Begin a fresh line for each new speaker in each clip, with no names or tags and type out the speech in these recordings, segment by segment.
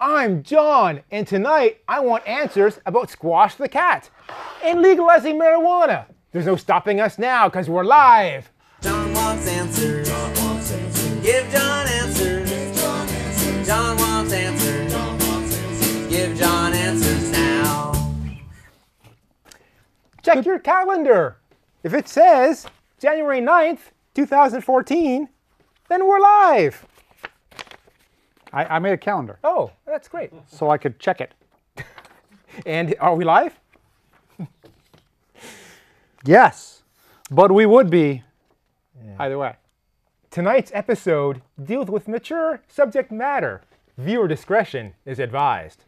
I'm John, and tonight I want answers about Squash the Cat and legalizing marijuana. There's no stopping us now because we're live.
John wants answers. John wants answers. Give John answers. Give John answers. John wants answers. John wants answers. Give John answers now.
Check your calendar. If it says January 9th, 2014, then we're live.
I, I made a calendar
Oh, that's great.
so I could check it.
And are we live?
Yes, but we would be either way.
Tonight's episode deals with mature subject matter. Viewer discretion is advised.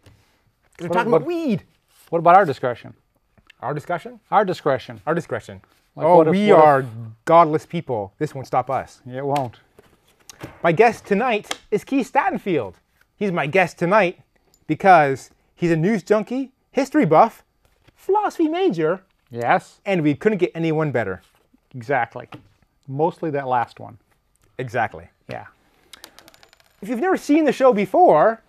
We're talking about
what-
weed.
What about our discretion?
Our discussion?
Our discretion.
Our discretion. oh,
what if-
we
what if-
are godless people. This won't stop us.
It won't.
My guest tonight is Keith Statenfield. He's my guest tonight because he's a news junkie, history buff, philosophy major,
Yes,
and we couldn't get anyone better.
exactly. Mostly that last one.
Exactly.
Yeah.
If you've never seen the show before,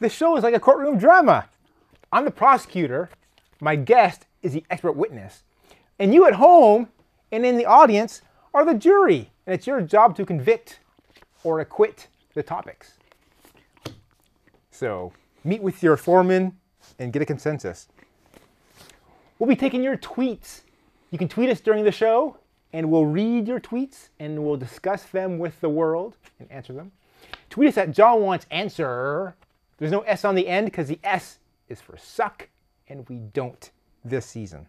the show is like a courtroom drama. I'm the prosecutor, my guest is the expert witness, and you at home and in the audience are the jury, and it's your job to convict or acquit the topics. So meet with your foreman and get a consensus. We'll be taking your tweets. You can tweet us during the show, and we'll read your tweets and we'll discuss them with the world and answer them. Tweet us at John Wants Answer. There's no S on the end because the S is for suck, and we don't this season.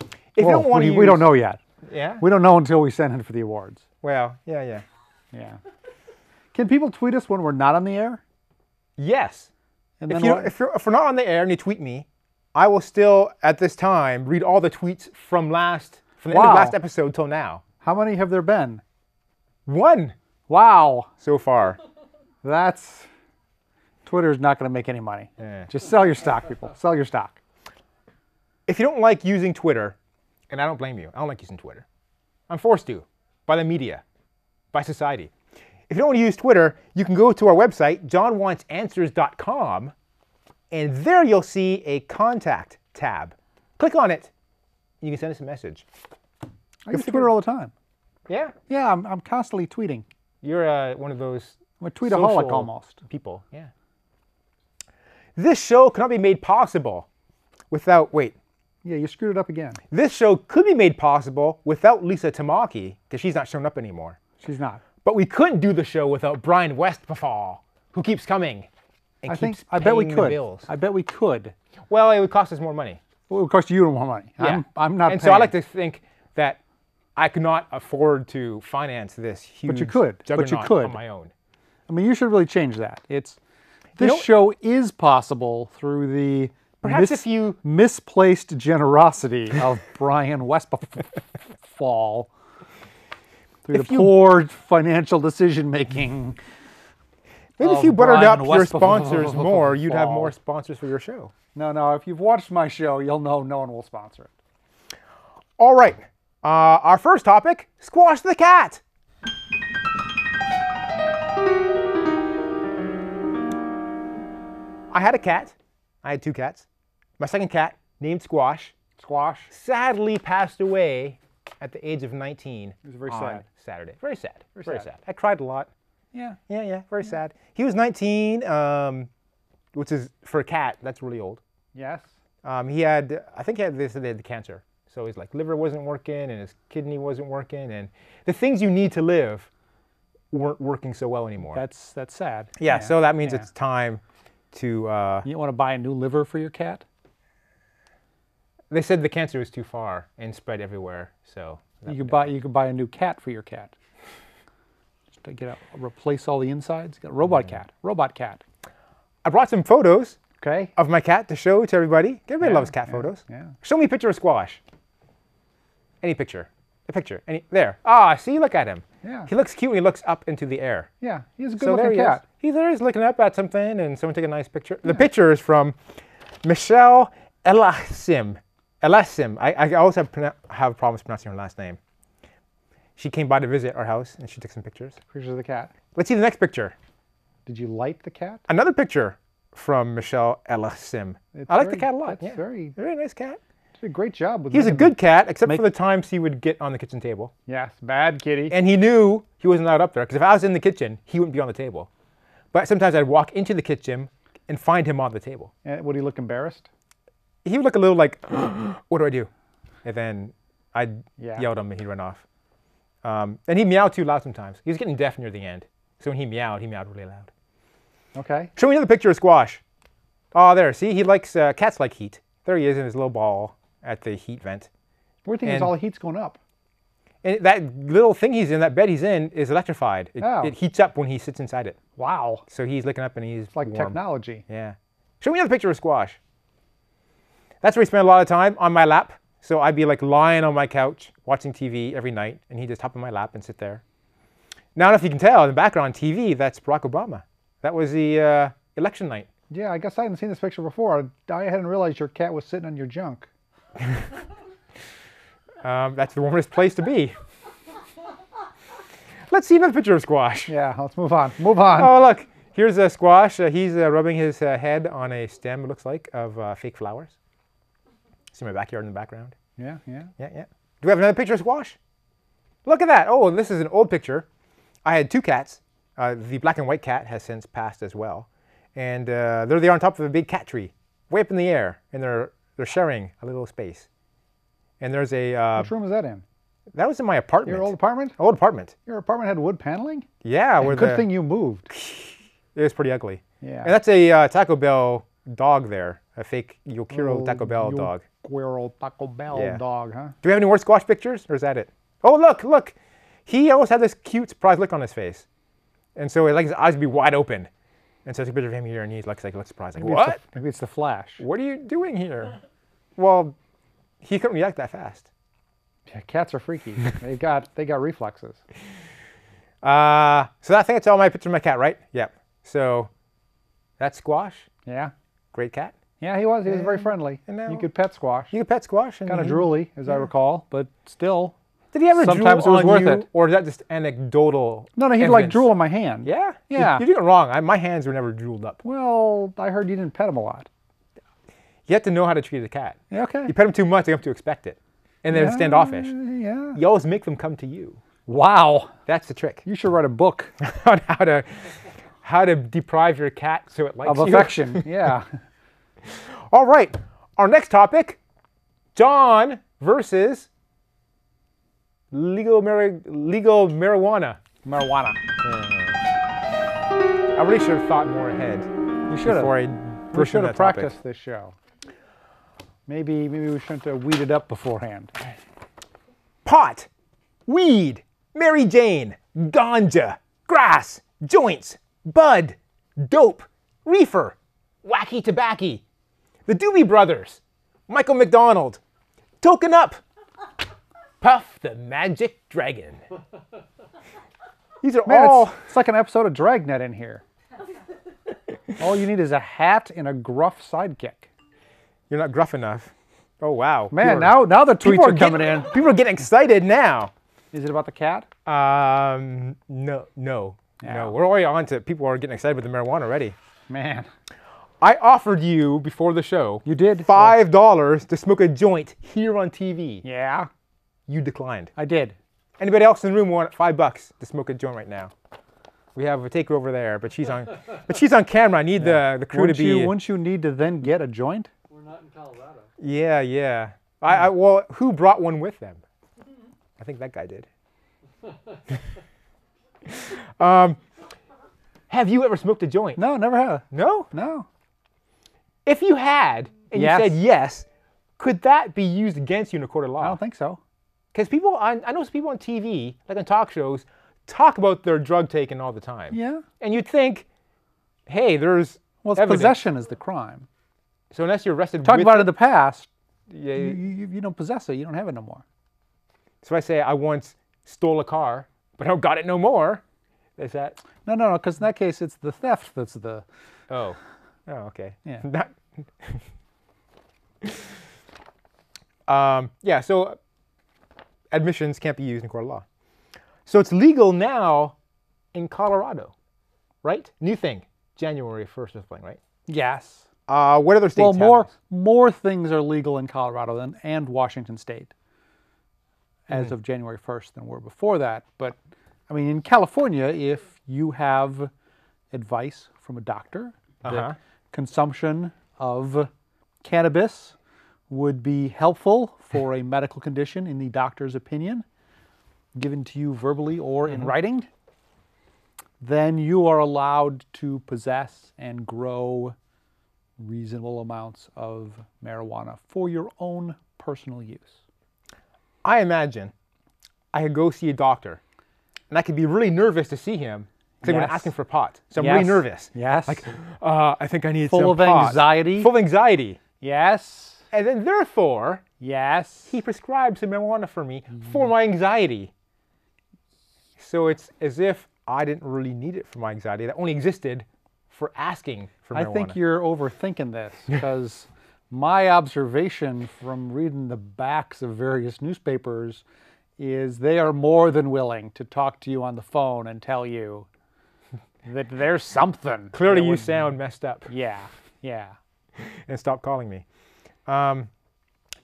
If
Well,
you don't want
we,
to,
we don't know yet.
Yeah.
We don't know until we send in for the awards.
well, yeah, yeah.
Yeah. Can people tweet us when we're not on the air?
Yes.
And
If,
then
you,
what-
if, you're, if we're not on the air and you tweet me, I will still, at this time, read all the tweets from last, from the end
Wow.
of last episode till now.
how many have there been?
One
Wow,
so far.
that's Twitter's not going to make any money.
Yeah.
Just sell your stock, people. Sell your stock.
If you don't like using Twitter, and I don't blame you, I don't like using Twitter. I'm forced to by the media, by society. If you don't want to use Twitter, you can go to our website, johnwantsanswers.com, and there you'll see a contact tab. Click on it, and you can send us a message.
I use Twitter all the time.
Yeah,
Yeah, I'm, I'm constantly tweeting.
you're uh, one of those
I'm a tweetaholic
social
almost.
people. Yeah. This show cannot be made possible without wait.
Yeah, you screwed it up again.
This show could be made possible without Lisa Tamaki because she's not showing up anymore.
She's not.
But we couldn't do the show without Brian Westphal, who keeps coming and
I
keeps
think. I bet we
paying the
could.
bills.
I bet we could.
well, it would cost us more money.
Well, of course, you don't want money. I'm, I'm not.
And so I
paying.
like to think that I could not afford to finance this huge.
you could. But you
juggernaut
could.
on my own.
I mean, you should really change that. It's this
know-
show is possible through the
Perhaps if you-
misplaced generosity of Brian Westfall through
If
the
you-
poor financial decision making.
Maybe if
of
you buttered
Brian
up your
Westphal.
sponsors more, you'd have more sponsors for your show.
No, no. If you've watched my show, you'll know no one will sponsor it.
All right. Uh, our first topic squash the cat. I had a cat. I had two cats. My second cat, named Squash,
Squash.
sadly passed away at the age of 19. It
was very sad.
Saturday. Very sad. Very,
sad.
sad. I cried a lot.
Yeah.
Yeah, yeah. Very sad. He was 19, um, which is for a cat, that's really old.
Yes.
Um, he had, I think, he had this. They had cancer, so his like liver wasn't working, and his kidney wasn't working, and the things you need to live weren't working so well anymore.
That's that's sad.
yeah, so that means
yeah.
it's time to. Uh,
You want to buy a new liver for your cat?
they said the cancer was too far and spread everywhere, so that-
You could buy you could buy a new cat for your cat. Just to get a, replace all the insides. Get a robot cat. Robot cat.
I brought some photos
Okay.
of my cat to show to everybody. Everybody
Yeah,
loves cat
yeah,
photos.
yeah.
Show me a picture of Squash. Any picture. A picture. Any there. Ah, see, look at him.
Yeah.
He looks cute. when He looks up into the air.
Yeah, he's a good
So there
looking
he
cat.
is. He's there, he's looking up at something, and someone took a nice picture. The picture is from Michelle Elasim. Elasim. I, I always have, pronou- have problems pronouncing her last name. She came by to visit our house, and she took some pictures.
Pictures of the cat.
Let's see the next picture.
Did you light the cat?
Another picture from Michelle Elasim.
It's
I like the
very-
cat a lot.
It's very
Very nice cat.
did a great job with
He was a
making them-
good cat, except for the times he would get on the kitchen table.
Yes, bad kitty.
And he knew he wasn't allowed up there because if I was in the kitchen, he wouldn't be on the table. But sometimes I'd walk into the kitchen and find him on the table.
And Eh, would he look embarrassed?
He would look a little like, "What do I do?" And then I'd
Yeah.
yell at him, and he'd run off. Um, and he meowed too loud sometimes. He was getting deaf near the end, so when he meowed, he meowed really loud.
Okay.
Show me another picture of Squash. Oh, there. See, he likes uh, cats like heat. There he is in his little ball at the heat vent.
Weird thing is
And-
all the heat's going up.
And that little thing he's in, that bed he's in, is electrified. It,
Oh.
it heats up when he sits inside it.
Wow.
So he's looking up and he's
Like
warm.
technology.
Yeah. Show me another picture of Squash. That's where he spent a lot of time on my lap. So I'd be like lying on my couch watching TV every night, and he'd just hop on my lap and sit there. Now, I don't know if you can tell in the background TV, that's Barack Obama. That was the uh, election night.
Yeah, I guess I hadn't seen this picture before. I hadn't realized your cat was sitting on your junk.
Um, that's the warmest place to be. Let's see another picture of Squash.
Yeah, let's move on. Move on.
Oh, look, here's a squash. Uh, he's uh, rubbing his uh, head on a stem, it looks like, of uh, fake flowers. See my backyard in the background?
Yeah, yeah.
Yeah, yeah. Do we have another picture of squash? Look at that. Oh, and this is an old picture. I had two cats. Uh, the black and white cat has since passed as well. And uh, there they are on top of a big cat tree, way up in the air, and they're, they're sharing a little space. And there's a, uh,
Which room was that in?
that was in my apartment.
Your old apartment?
Old apartment.
Your apartment had wood paneling?
Yeah, where
Good
the-
thing you moved.
It was pretty ugly.
Yeah.
And that's a uh, Taco Bell dog there, a fake
Oh,
Yokiro Taco Bell
You
dog.
Guerrero Taco Bell
Yeah.
dog, huh?
Do we have any more squash pictures, or is that it? Oh, look, look. He always had this cute surprised look on his face, and so like his eyes would be wide open, and so I took a picture of him here, and he looks like looks surprised, like
Maybe it's the-
what?
maybe it's the flash.
What are you doing here? Well, he couldn't react that fast.
Yeah, cats are freaky. they got they got reflexes.
Uh, so I think that's all my picture of my cat, right? Yep. So that's squash,
Yeah.
great cat.
Yeah, he was. He was very friendly.
and now- Mm-hmm.
you could pet squash.
You could pet squash. and
Kind of
he-
drooly, as I recall, but still.
Did he ever
Sometimes
drool
it was
on
worth
you,
it.
or is that just anecdotal?
No, no, he'd like
evidence?
drool on my hand.
Yeah, You-
Yeah.
You're doing it wrong. I, my hands were never drooled up.
Well, I heard you didn't pet him a lot.
You have to know how to treat a cat.
Yeah, Okay.
You pet them too much, they come to expect it, and they're standoffish.
Yeah.
You always make them come to you.
Wow.
That's the trick
You should write a book
on how to how to deprive your cat so it likes
of
you.
affection. yeah.
All right, our next topic: John versus legal mari- legal marijuana.
Marijuana.
I really should have thought more ahead
You should
before
have.
I.
We
pushed on
should have
that topic.
practiced this show. Maybe maybe we shouldn't have weeded up beforehand.
pot, weed, Mary Jane, ganja, grass, joints, bud, dope, reefer, wacky tobacco, the Doobie Brothers, Michael McDonald, token up, Puff the Magic Dragon. These are
Man,
all.
it's, it's like an episode of Dragnet in here. All you need is a hat and a gruff sidekick.
You're not gruff enough. Oh wow,
Man,
People
now now the tweets
people
are coming
getting,
in.
People are getting excited now.
Is it about the cat?
Um, no, no,
Yeah.
no. We're already on to people are getting excited with the marijuana already.
Man,
I offered you before the show.
you did
Five dollars to smoke a joint here on TV.
Yeah,
You declined.
I did.
Anybody else in the room want five bucks to smoke a joint right now? We have a taker over there, but she's on, but she's on camera. I need the, the crew
Wouldn't
to be.
you, wouldn't you need to then get a joint?
We're not in Colorado.
yeah, yeah. I, I well, who brought one with them?
Mm-hmm.
I think that guy did. um, have you ever smoked a joint?
No, never have.
No.
No.
If you had and
Yes.
you said yes, could that be used against you in a court of law?
I don't think so.
Because people, on, I know people on TV, like on talk shows, talk about their drug taking all the time.
Yeah.
And you'd think, hey, there's
Well, it's
evidence.
possession is the crime.
So unless you're arrested,
Talk
with-
about it in the past.
Yeah,
You,
yeah.
you, you don't possess it. You don't have it no more.
So I say I once stole a car, but I don't got it no more. Is that?
No, no, no. Because in that case, it's the theft that's the.
Oh. Oh, okay.
Yeah.
Not- um, yeah. So admissions can't be used in court of law. So it's legal now in Colorado. right? New thing. January 1st is playing, right?
Yes.
Uh, what other states?
Well,
have
more
this?
more things are legal in Colorado than and Washington State as
Hmm.
of January 1st than were before that. But I mean, in California, if you have advice from a doctor
Uh-huh.
that consumption of cannabis would be helpful for a medical condition in the doctor's opinion, given to you verbally or
Mm-hmm.
in writing, then you are allowed to possess and grow reasonable amounts of marijuana for your own personal use.
I imagine I could go see a doctor and I could be really nervous to see him because I'm going to
Yes.
ask him for pot. So I'm really
Yes.
nervous.
Yes.
Uh, I think I need
Full
some
of
pot.
anxiety.
Full of anxiety.
yes.
And then, therefore,
Yes.
he prescribed some marijuana for me
Mm-hmm.
for my anxiety. So it's as if I didn't really need it for my anxiety. That only existed for asking for
I
marijuana.
think you're overthinking this because my observation from reading the backs of various newspapers is they are more than willing to talk to you on the phone and tell you that there's something.
Clearly,
that
you Mm-hmm.
would-
sound messed up
Yeah. Yeah.
and stop calling me. Um,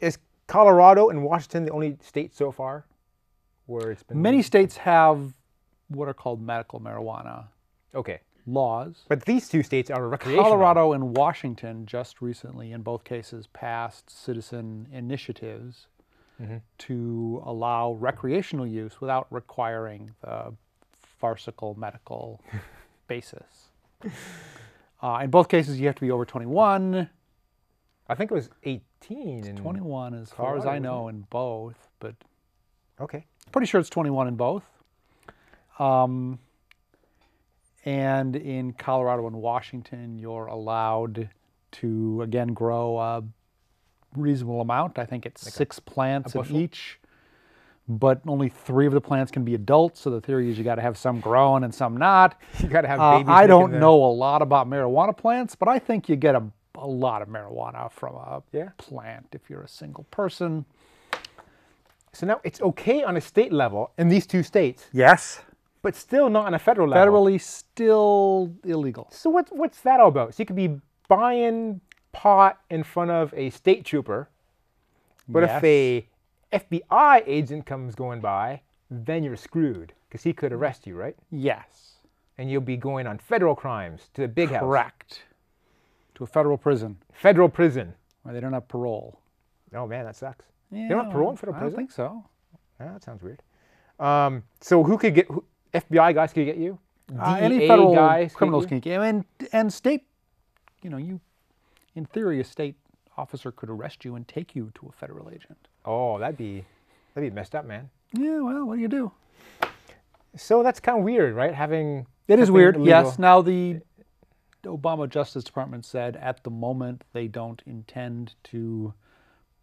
is Colorado and Washington the only states so far where it's been
Many states have what are called medical marijuana
Okay,
laws.
but these two states are recreational.
Colorado and Washington just recently, in both cases, passed citizen initiatives to allow recreational use without requiring the farcical medical basis. Uh, in both cases, you have to be over 21.
I think it was 18. and
21, as far as I
Colorado,
know, in both, but
Okay.
pretty sure it's 21 in both. Um, and in Colorado and Washington, you're allowed to again grow a reasonable amount. I think it's six plants of each, but only three of the plants can be adults. So the theory is you got to have some growing and some not.
You gotta have
Uh,
babies.
I
making
don't
the-
know a lot about marijuana plants, but I think you get a, a lot of marijuana from a
Yeah.
plant if you're a single person.
So now it's okay on a state level in these two states,
Yes.
but still not on a federal level.
Federally still illegal.
So what's what's that all about? So you could be buying pot in front of a state trooper, but if
Yes.
a FBI agent comes going by, then you're screwed because he could arrest you, right?
Yes.
And you'll be going on federal crimes to the big house,
Correct. To a federal prison
federal prison.
where they don't have parole.
Oh man, that sucks.
Yeah,
they don't have parole in federal
I
prison.
don't think so.
Yeah, that sounds weird. Um, so who could get who, FBI guys could get you?
Uh, any
DEA
federal
guys could
criminals
get
can get and and state, you know, you, in theory, a state officer could arrest you and take you to a federal agent.
you? Oh, that'd be that'd be messed up, man.
Yeah. Well, what do you do?
So that's kind of weird, right? Having
It is
something
weird.
illegal.
Yes. Now the Obama Justice Department said at the moment they don't intend to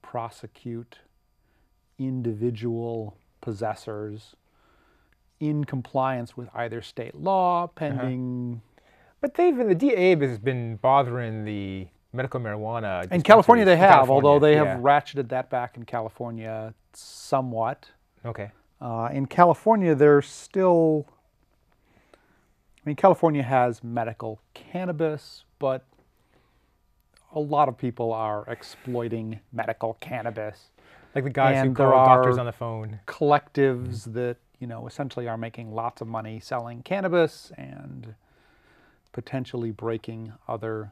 prosecute individual possessors in compliance with either state law
Uh-huh.
pending
But they've the DA has been bothering the medical marijuana.
in California they
dispensaries. In
have, although they
California,
have ratcheted that back in California somewhat.
yeah. Okay.
Uh, in California, there's still. I mean, California has medical cannabis, but a lot of people are exploiting medical cannabis.
Like the guys who
And
call
there
doctors
are-
on the phone.
Collectives that, you know, essentially are making lots of money selling cannabis and potentially breaking other,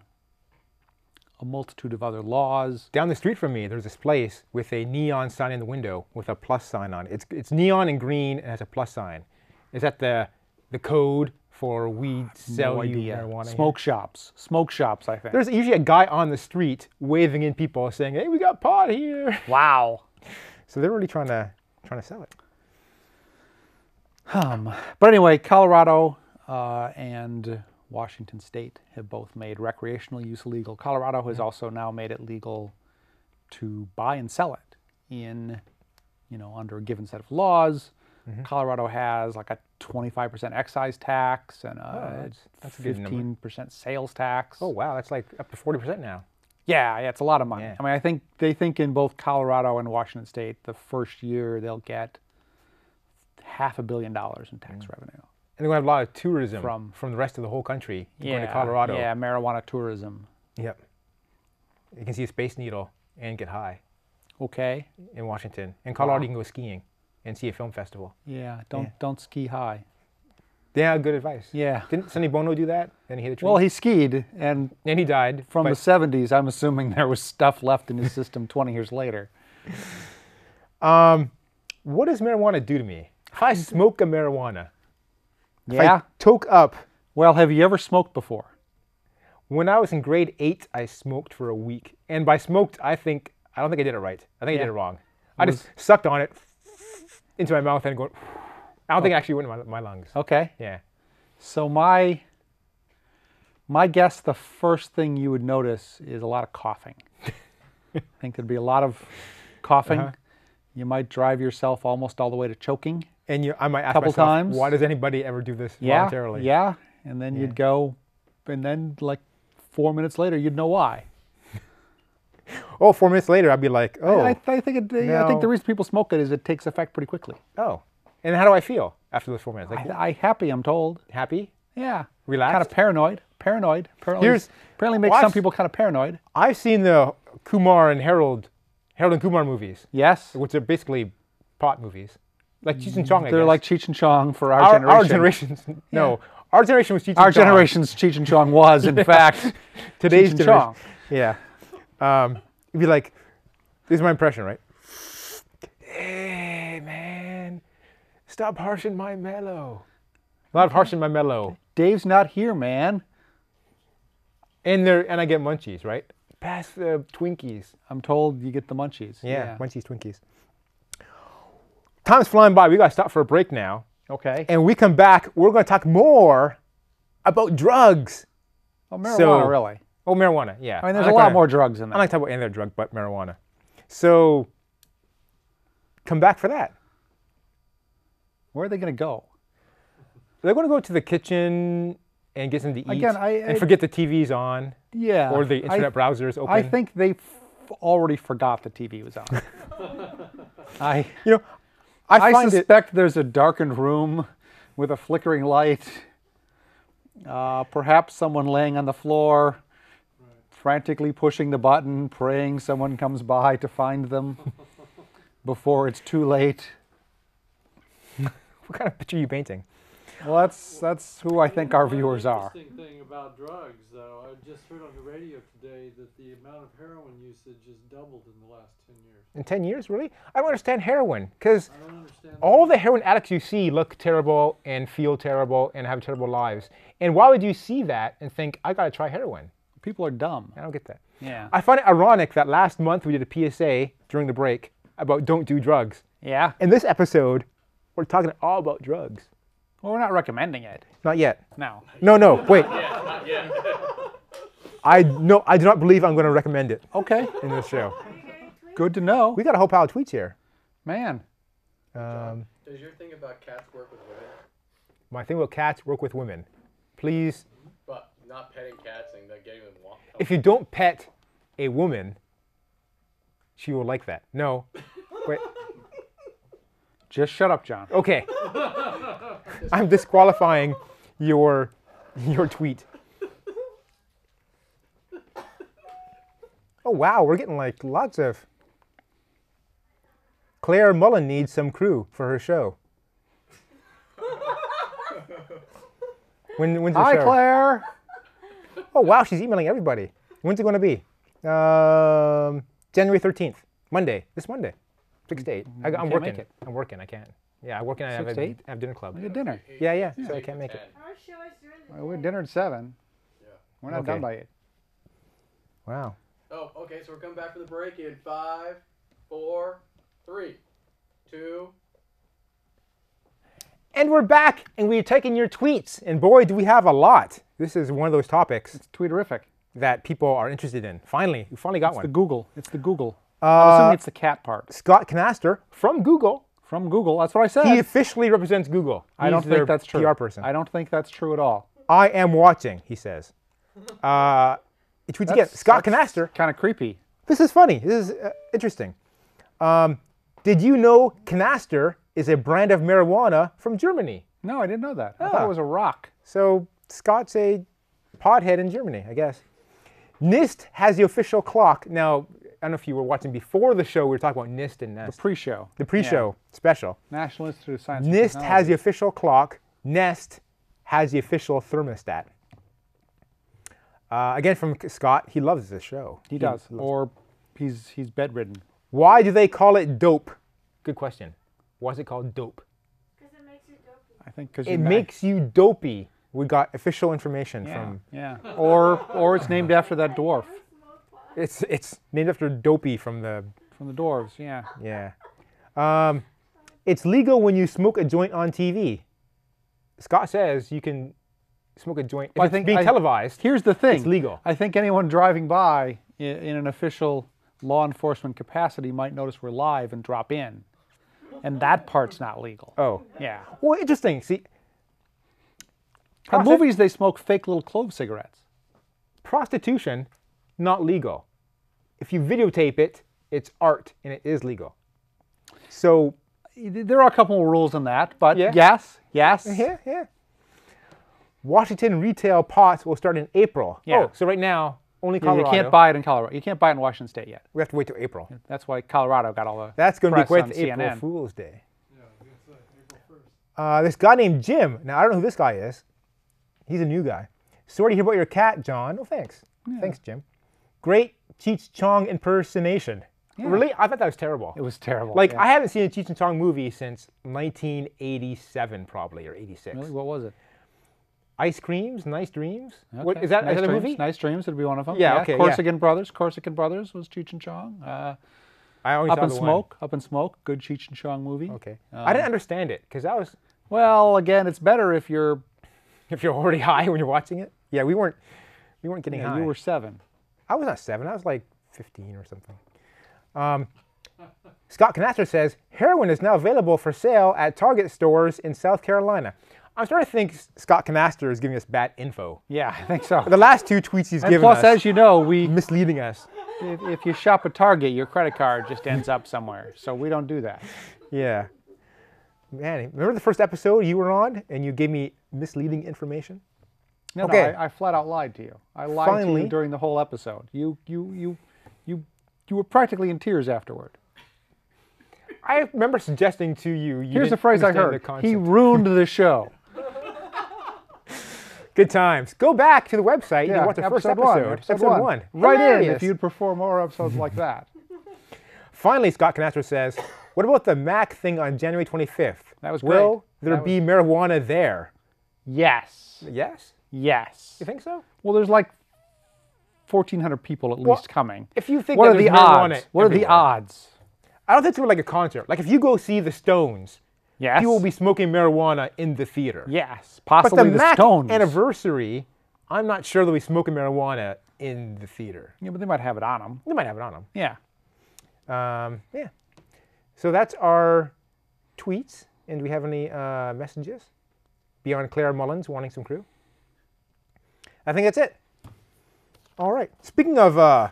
a multitude of other laws.
Down the street from me, there's this place with a neon sign in the window with a plus sign on it. It's, it's neon and green and has a plus sign. Is that the the code for weed sell
No
you
idea.
marijuana? here?
Smoke shops. Smoke shops, I think.
There's usually a guy on the street waving in people saying, "Hey, we got pot here."
wow.
So they're really trying to trying to sell it.
Um, but anyway, Colorado uh, and Washington State have both made recreational use legal. Colorado has also now made it legal to buy and sell it in, you know, under a given set of laws.
Mm-hmm.
Colorado has like a 25% excise tax and a
Oh, that's- that's a good number.
15% sales tax.
Oh wow, that's like up to forty percent now.
Yeah, yeah, it's a lot of money.
Yeah.
I mean, I think they think in both Colorado and Washington
Mm.
State, the first year they'll get half a billion dollars in tax revenue.
they're gonna have a lot of tourism
From-
from the rest of the whole country going to Colorado.
Yeah, marijuana tourism.
Yep. You can see a space needle and get high
Okay.
in Washington. In Colorado, you can go skiing and see a film festival.
Yeah. Don't don't ski high.
Yeah, good advice.
Yeah.
Didn't Sonny Bono do that? Then he hit a tree.
Well, he skied, and
and he died
from
but-
the 70s, I'm assuming there was stuff left in his system 20 years later.
What does marijuana do to me? If I smoke a marijuana, if
Yeah.
I toke up.
Well, have you ever smoked before?
When I was in grade eight, I smoked for a week, and by smoked, I think I don't think I did it right. I think I
Yeah.
did it wrong. I just sucked on it into my mouth and going. I don't think it actually went in my, my lungs.
Okay.
Yeah.
So my my guess the first thing you would notice is a lot of coughing. I think there'd be a lot of coughing. You might drive yourself almost all the way to choking.
And you, I might ask
Couple
myself,
times.
why does anybody ever do this
Yeah.
voluntarily?
Yeah. And then you'd go and then like 4 minutes later you'd know why.
Oh, four minutes later, I'd be like, oh,
I, I think it, I think the
No.
reason people smoke it is it takes effect pretty quickly.
oh. And how do I feel after those four minutes? Like
I, I happy, I'm told.
happy?
Yeah. Kind of
Relaxed?
paranoid. Paranoid. Apparently,
Here's-
apparently makes
watch-
some people kind of paranoid.
I've seen the Kumar and Harold, Harold and Kumar movies,
Yes.
which are basically pot movies, like Cheech and Chong. I
Mm, They're
guess.
like Cheech and Chong for our,
our,
generation.
our generation's no, our generation was Cheech.
Our
and Chong.
generation's Cheech and Chong was, in fact,
today's
Cheech and
generation.
Chong.
Yeah, um, it'd be like, this is my impression, right? Hey man, stop harshing my mellow. A
Mm-hmm.
lot of harshing my mellow,
Dave's not here, man.
and there, and I get munchies, right? Pass the Twinkies.
I'm told you get the munchies.
Yeah, munchies, Twinkies. Time's flying by. We gotta stop for a break now.
Okay.
And we come back. We're gonna talk more about drugs.
well, marijuana,
so-
really.
Oh, marijuana. Yeah.
I mean, there's a lot more drugs in
I
there.
like to talk about any other drug, but marijuana. So come back for that.
Where are they going to go?
They're going to go to the kitchen and get something to eat.
Again, I- I-
and forget the TV's on
Yeah.
or the internet
I,
browser's open.
I think they f- already forgot the TV was on. I,
you know. I,
I,
find it.
suspect there's a darkened room with a flickering light. Uh, perhaps someone laying on the floor, frantically pushing the button, praying someone comes by to find them before it's too late.
What kind of picture are you painting?
Well, that's that's who I think our viewers are.
Interesting thing about drugs, though, I just heard on the radio today that the amount of heroin usage has doubled in the last ten years.
In ten years, really? I don't understand heroin because
I don't understand. that.
all the heroin addicts you see look terrible and feel terrible and have terrible lives. And why would you see that and think I got to try heroin?
People are dumb.
I don't get that.
Yeah.
I find it ironic that last month we did a PSA during the break about don't do drugs.
Yeah.
In this episode, we're talking all about drugs.
Well, we're not recommending it.
Not yet.
No.
No, no, wait. I no, I do not believe I'm going to recommend it
Okay.
in this show.
Good to know.
We got a whole pile of tweets here.
Man.
Um,
Does your thing about cats work with women?
my thing about cats work with women. Please,
But not petting cats and like getting them walked.
if you don't pet a woman, she will like that. No, wait.
Just shut up, John.
Okay. I'm disqualifying your your tweet. Oh wow, we're getting like lots of Claire Mullen needs some crew for her show. When, when's the
Hi,
show?
Claire.
Oh wow, she's emailing everybody. When's it going to be? Um, January thirteenth, Monday. This Monday, six to eight. I, am
can't
working.
make it.
I'm working. I can't. Yeah, I work and I have
Six
a,
to eight?
I have dinner club.
Good dinner.
Yeah, yeah. So I can't make it.
Our show is during the
We're at dinner at seven. We're not done
Okay.
by eight.
Wow.
Oh, okay. So we're coming back from the break in five, four, three, two.
And we're back, and we've taken your tweets, and boy, do we have a lot. This is one of those topics
Tweeterific.
that people are interested in. Finally, we finally got
It's
one.
the Google. It's the Google.
Uh,
I'm assuming it's the cat part.
Scott Canaster from Google.
From Google. That's what I said.
He officially represents Google.
I don't
He's their
think that's true.
PR person.
I
I,
don't think that's true at all.
am watching. He says. Uh, he tweets again.
That's-
Scott
that's
Canaster.
Kind of creepy.
This is funny. This is uh, interesting. Um, did you know Canaster is a brand of marijuana from Germany?
No, I didn't know that. I thought it
Ah.
was a rock.
So Scott's a pothead in Germany, I guess. NIST has the official clock. Now, I don't know if you were watching before the show, we were talking about NIST and NEST.
Pre-show.
The pre show special.
National Institute of Science. and
NIST has
Technology.
the official clock, NEST has the official thermostat. Uh, again, from Scott, he loves this show.
He does. Or he's he's bedridden.
Why do they call it dope? Good question. Why is it called dope?
Because it makes you dopey.
I think because
It makes you dopey. We got official information
yeah,
from.
yeah. Or or it's named after that dwarf
It's it's named after Dopey from the
from the dwarves. Yeah.
yeah. Um, it's legal when you smoke a joint on TV. Scott says you can smoke a joint. If
Well, I
it's
think
being
I-
televised.
Here's the thing.
legal.
I think anyone driving by i- in an official law enforcement capacity might notice we're live and drop in, and that part's not legal.
Oh,
Yeah.
well, interesting. See,
At
Prosti-
movies, they smoke fake little clove cigarettes.
prostitution, not legal. If you videotape it, it's art and it is legal. So
There are a couple of rules on that, but
Yeah.
yes, yes.
Yeah, yeah. Washington retail pot will start in April.
Yeah.
Oh, so right now, only
You- You
Colorado.
can't buy it in Colorado. You can't buy it in Washington State yet.
We have to wait till April.
That's why Colorado got all the.
That's going to be
press
quite
on
the April
CNN.
Fool's Day.
Yeah, it's like April first.
Uh, this guy named Jim. Now, I don't know who this guy is. He's a new guy. Sorry to hear about your cat, John. Oh, thanks. Thanks, Jim. Great Cheech Chong impersonation. Really? I thought that was terrible.
It was terrible.
like,
yeah.
I haven't seen a Cheech and Chong movie since 1987, probably, or 86.
Really? What was it?
Ice Creams, Nice Dreams. What,
Okay.
is that,
nice
is that a
dreams,
movie?
Nice dreams would be one of them.
Yeah, okay, yeah.
Corsican Brothers. Corsican Brothers was Cheech and Chong. Uh,
I only
Up
saw
in
the one.
Smoke. Up in Smoke. Good Cheech and Chong movie.
Okay.
Um,
I didn't understand it because that was
Well, again, it's better if you're
if you're already high when you're watching it. Yeah, we weren't we weren't getting high.
you were seven.
I was not seven. I was like 15 or something. Um, Scott Canastra says heroin is now available for sale at Target stores in South Carolina. I'm starting to think S- Scott Canastra is giving us bad info.
Yeah, I think so.
The last two tweets he's
and
given
plus,
us
as you know, we
misleading us.
if, if you shop at Target, your credit card just ends up somewhere. So we don't do that.
Yeah. Man, remember the first episode you were on and you gave me misleading information?
No,
Okay.
no, I, I flat out lied to you. I lied to
Finally.
you during the whole episode. You, you, you, you, you were practically in tears afterward.
I remember suggesting to you. you
Here's the
didn't
phrase I
understand the
heard: "He
concept.
ruined the show."
Good times. Go back to the website and watch the first episode.
Episode, one. Right in if
Hilarious.
you'd prefer more episodes like that.
Finally, Scott Canastro says, "What about the Mac thing on January 25th?
That was
Will
great.
there
That
be marijuana there?
Yes.
Yes.
Yes.
You think so?
Well, there's like 1,400 people at least coming.
If you think
What
that
are the
there's marijuana
odds? What are the
everywhere.
odds?
I don't think it's really like a concert. Like if you go see the Stones,
Yes.
you will be smoking marijuana in the theater.
Yes.
But
Possibly
the, Mac
Stones.
anniversary, I'm not sure they'll be smoking marijuana in the theater.
yeah, but they might have it on them.
They might have it on them.
Yeah.
Um, yeah. So that's our tweets. And do we have any uh, messages beyond Claire Mullins wanting some crew? I think that's it. All right. Speaking of uh,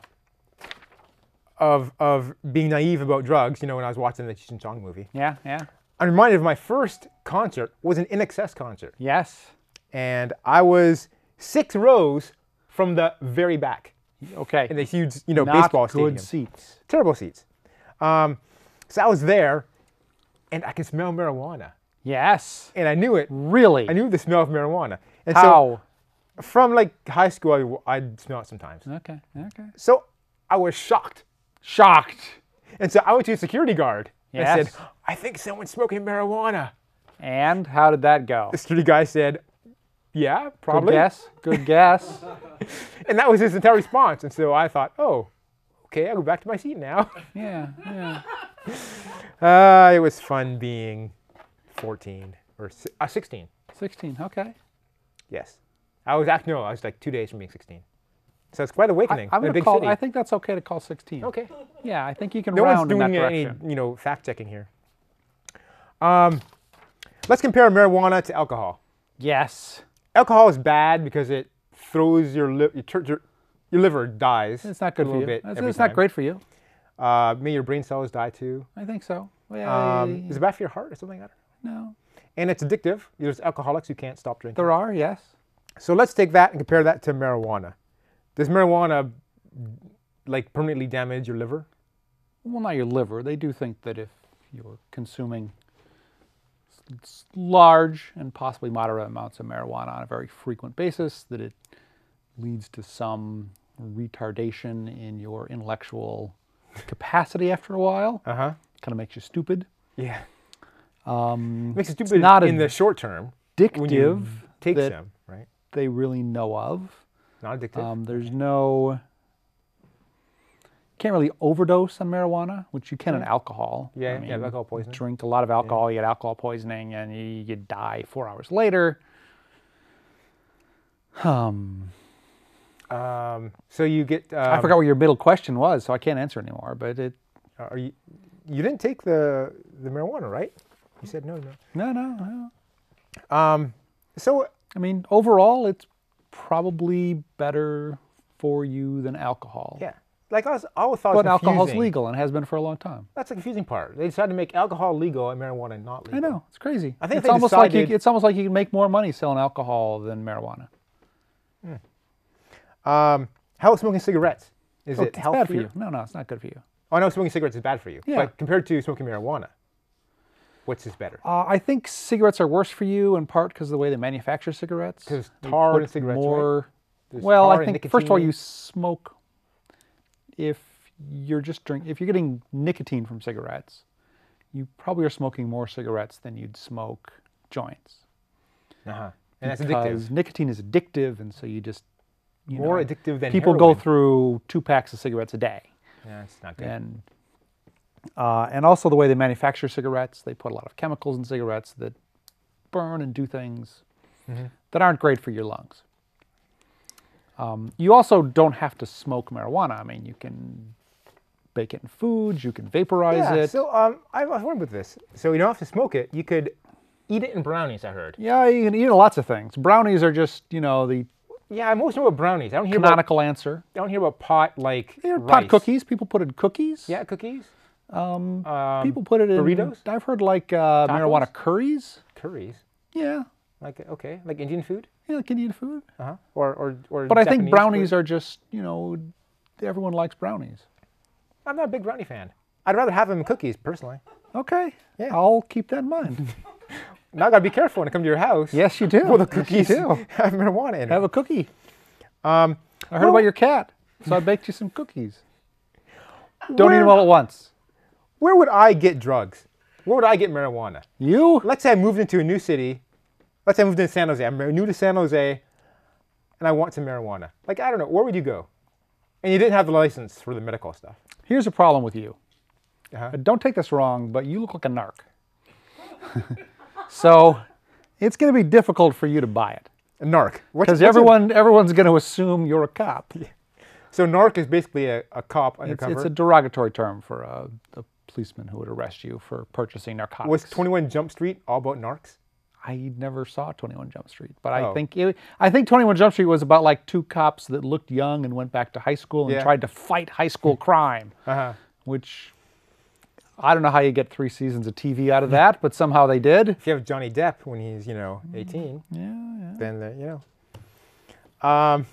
of of being naive about drugs, you know, when I was watching the Cheech and Chong movie,
Yeah. Yeah.
I'm reminded of my first concert was an NXS concert,
Yes.
and I was six rows from the very back
Okay.
in a huge, you know,
Not
baseball stadium
good seats.
terrible seats. Um, so I was there, and I could smell marijuana,
Yes.
and I knew it.
Really?
I knew the smell of marijuana. And
How?
so from like high school, I, I'd smell it sometimes.
okay. Okay.
So I was shocked,
Shocked.
and so I went to a security guard and
Yes.
said, "I think someone's smoking marijuana."
And how did that go?
The security guy said, "Yeah,
Good
probably."
guess. Good guess.
And that was his entire response. And so I thought, "Oh, okay, I'll go back to my seat now."
yeah. Yeah.
Uh, it was fun being 14 or si- uh, 16.
16. Okay.
Yes. I was act no, I was like two days from being sixteen. So it's quite
I,
awakening. in
I'm
a
gonna
big
call.
city.
I think that's okay to call 16.
okay.
Yeah, I think you can
No one's
round in that
doing any
direction.
you know fact checking here. Um, let's compare marijuana to alcohol.
Yes.
Alcohol is bad because it throws your li- your, tur- your, your liver dies.
It's not good
a
for
little
you.
bit.
it's
every
it's not
time.
great for you.
Uh, may your brain cells die too.
I think so. Well,
Um, is it bad for your heart or something? I don't know.
no.
and it's addictive. There's alcoholics who can't stop drinking.
There are, yes.
So let's take that and compare that to marijuana. Does marijuana like permanently damage your liver?
Well, not your liver. They do think that if you're consuming s- s- large and possibly moderate amounts of marijuana on a very frequent basis, that it leads to some retardation in your intellectual capacity after a while.
Uh huh.
Kind of makes you stupid.
Yeah. Um, Makes it stupid
not
in
a-
the short term. When
Addictive.
you take
that
them, right?
They really know of.
Not addictive.
Um, there's no can't really overdose on marijuana, which you can on alcohol.
Mm. Yeah, yeah, alcohol poisoning.
Drink a lot of alcohol, you get alcohol poisoning, and you, you die four hours later. Um,
Um, so you get. Um,
I forgot what your middle question was, so I can't answer anymore. But it
Are you? You didn't take the the marijuana, right? You said no, no.
no, no, no.
Um, so
I mean, overall, it's probably better for you than alcohol.
yeah, like I was, I always thought. it was
But alcohol's
confusing.
legal and has been for a long time.
That's the confusing part. They decided to make alcohol legal and marijuana not legal.
I know it's crazy.
I think
it's
they
almost like you,
decided-
it's almost like you can make more money selling alcohol than marijuana.
Um, how about smoking cigarettes? Is
Oh,
it
it's
healthier?
bad for you. No, no, it's not good for you.
Oh, I know smoking cigarettes is bad for you.
Yeah.
But compared to smoking marijuana, which is better?
Uh, I think cigarettes are worse for you in part because of the way they manufacture cigarettes.
'Cause
They
tar
put
in cigarettes, right?
More.
There's
Well,
tar
I
and
think first of all
nicotine.
you smoke. If you're just drink, if you're getting nicotine from cigarettes, you probably are smoking more cigarettes than you'd smoke joints.
Uh-huh. And that's
because
addictive.
nicotine is addictive, and so you just you
More
know,
addictive than
people
heroin.
go through two packs of cigarettes a day,
Yeah, it's not good.
and uh, and also the way they manufacture cigarettes, they put a lot of chemicals in cigarettes that burn and do things
Mm-hmm.
that aren't great for your lungs. Um, you also don't have to smoke marijuana. I mean, you can bake it in foods, you can vaporize
yeah,
it.
so um, I I was wondering with this. So you don't have to smoke it. You could eat it in brownies. I heard.
yeah, you can eat lots of things. Brownies are just, you know, the
Yeah, I most know about brownies. I don't hear about.
canonical answer.
I don't hear about pot like
They're
rice.
pot cookies. People put it in cookies.
Yeah, cookies.
Um,
Um,
people put it in
burritos?
I've heard like uh, marijuana curries.
curries.
Yeah.
Like okay, like Indian food.
Yeah, like Indian food.
Uh huh. Or or or.
But I
Japanese
think
food.
brownies are just, you know, everyone likes brownies.
I'm not a big brownie fan. I'd rather have them in cookies personally.
Okay.
Yeah.
I'll keep that in mind.
Now I gotta be careful when I come to your house.
yes, you do.
Well, the
Yes, you
cookies
do.
have marijuana in it.
Have a cookie. Um, I heard about your cat, so I baked you some cookies. Don't eat
Where-
them all at once.
Where would I get drugs? Where would I get marijuana?
You?
Let's say I moved into a new city. Let's say I moved into San Jose. I'm new to San Jose, and I want some marijuana. Like I don't know, where would you go? And you didn't have the license for the medical stuff.
Here's a problem with you.
Uh-huh.
Uh, Don't take this wrong, but you look like a narc. so it's going to be difficult for you to buy it.
A narc. What's-
Because
what's a-
everyone, everyone's going to assume you're a cop.
so narc is basically a, a cop
It's,
undercover.
it's a derogatory term for a, a policeman who would arrest you for purchasing narcotics.
Was 21 Jump Street all about narcs?
I never saw 21 Jump Street, but I
Oh.
think it, I think 21 Jump Street was about like two cops that looked young and went back to high school and
Yeah.
tried to fight high school crime,
Uh-huh.
which I don't know how you get three seasons of TV out of that, but somehow they did.
If you have Johnny Depp when he's you know 18,
Mm, Yeah, yeah.
then uh, you know. Um,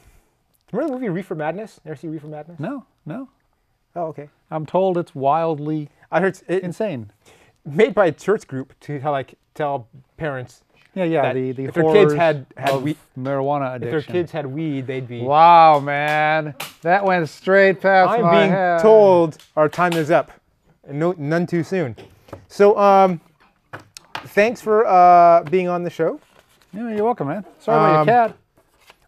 remember the movie Reefer Madness? Ever see Reefer Madness?
No, no.
Oh, okay.
I'm told it's wildly
I heard it,
insane.
made by a church group to tell, like tell parents
Yeah, yeah.
That-
the the
if their kids
horrors
had- had
of
we-
marijuana
if
addiction.
their kids had weed, they'd be.
Wow, man, that went straight past
I'm
my
being
head.
told our time is up, and no, none too soon. So, um, thanks for uh, being on the show.
Yeah, you're welcome, man. Sorry about your
Um,
cat. Are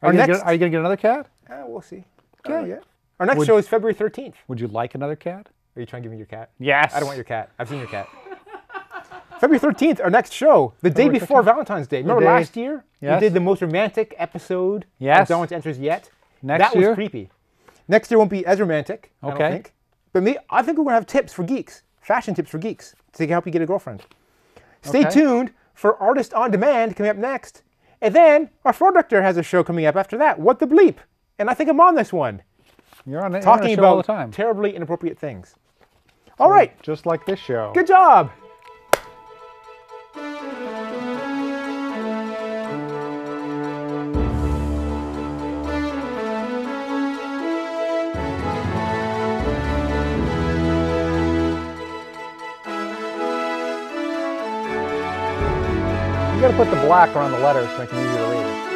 our
you, gonna
next-
get, are you gonna get another cat?
Uh, we'll see. I don't know
Okay.
yet. Our next
Would-
show is February 13th.
Would you like another cat?
Are you trying to give me your cat?
Yes.
I don't want your cat. I've seen your cat. February 13th, our next show, the day before Valentine's Day. Remember
day-
last year?
Yes.
We did the most romantic episode
Yes.
of Valentine's Enters Yet.
Next
that
year?
was creepy. Next year won't be as romantic, I
Okay.
don't think. But me, I think we're going to have tips for geeks, fashion tips for geeks to help you get a girlfriend. Stay
Okay.
tuned for Artist on Demand coming up next. And then our floor director has a show coming up after that. What the bleep? And I think I'm on this one,
You're on, it. you're on
talking
the show
about
all the time,
terribly inappropriate things. All right,
just like this show.
good job.
You gotta put the black around the letters to make it easier to read.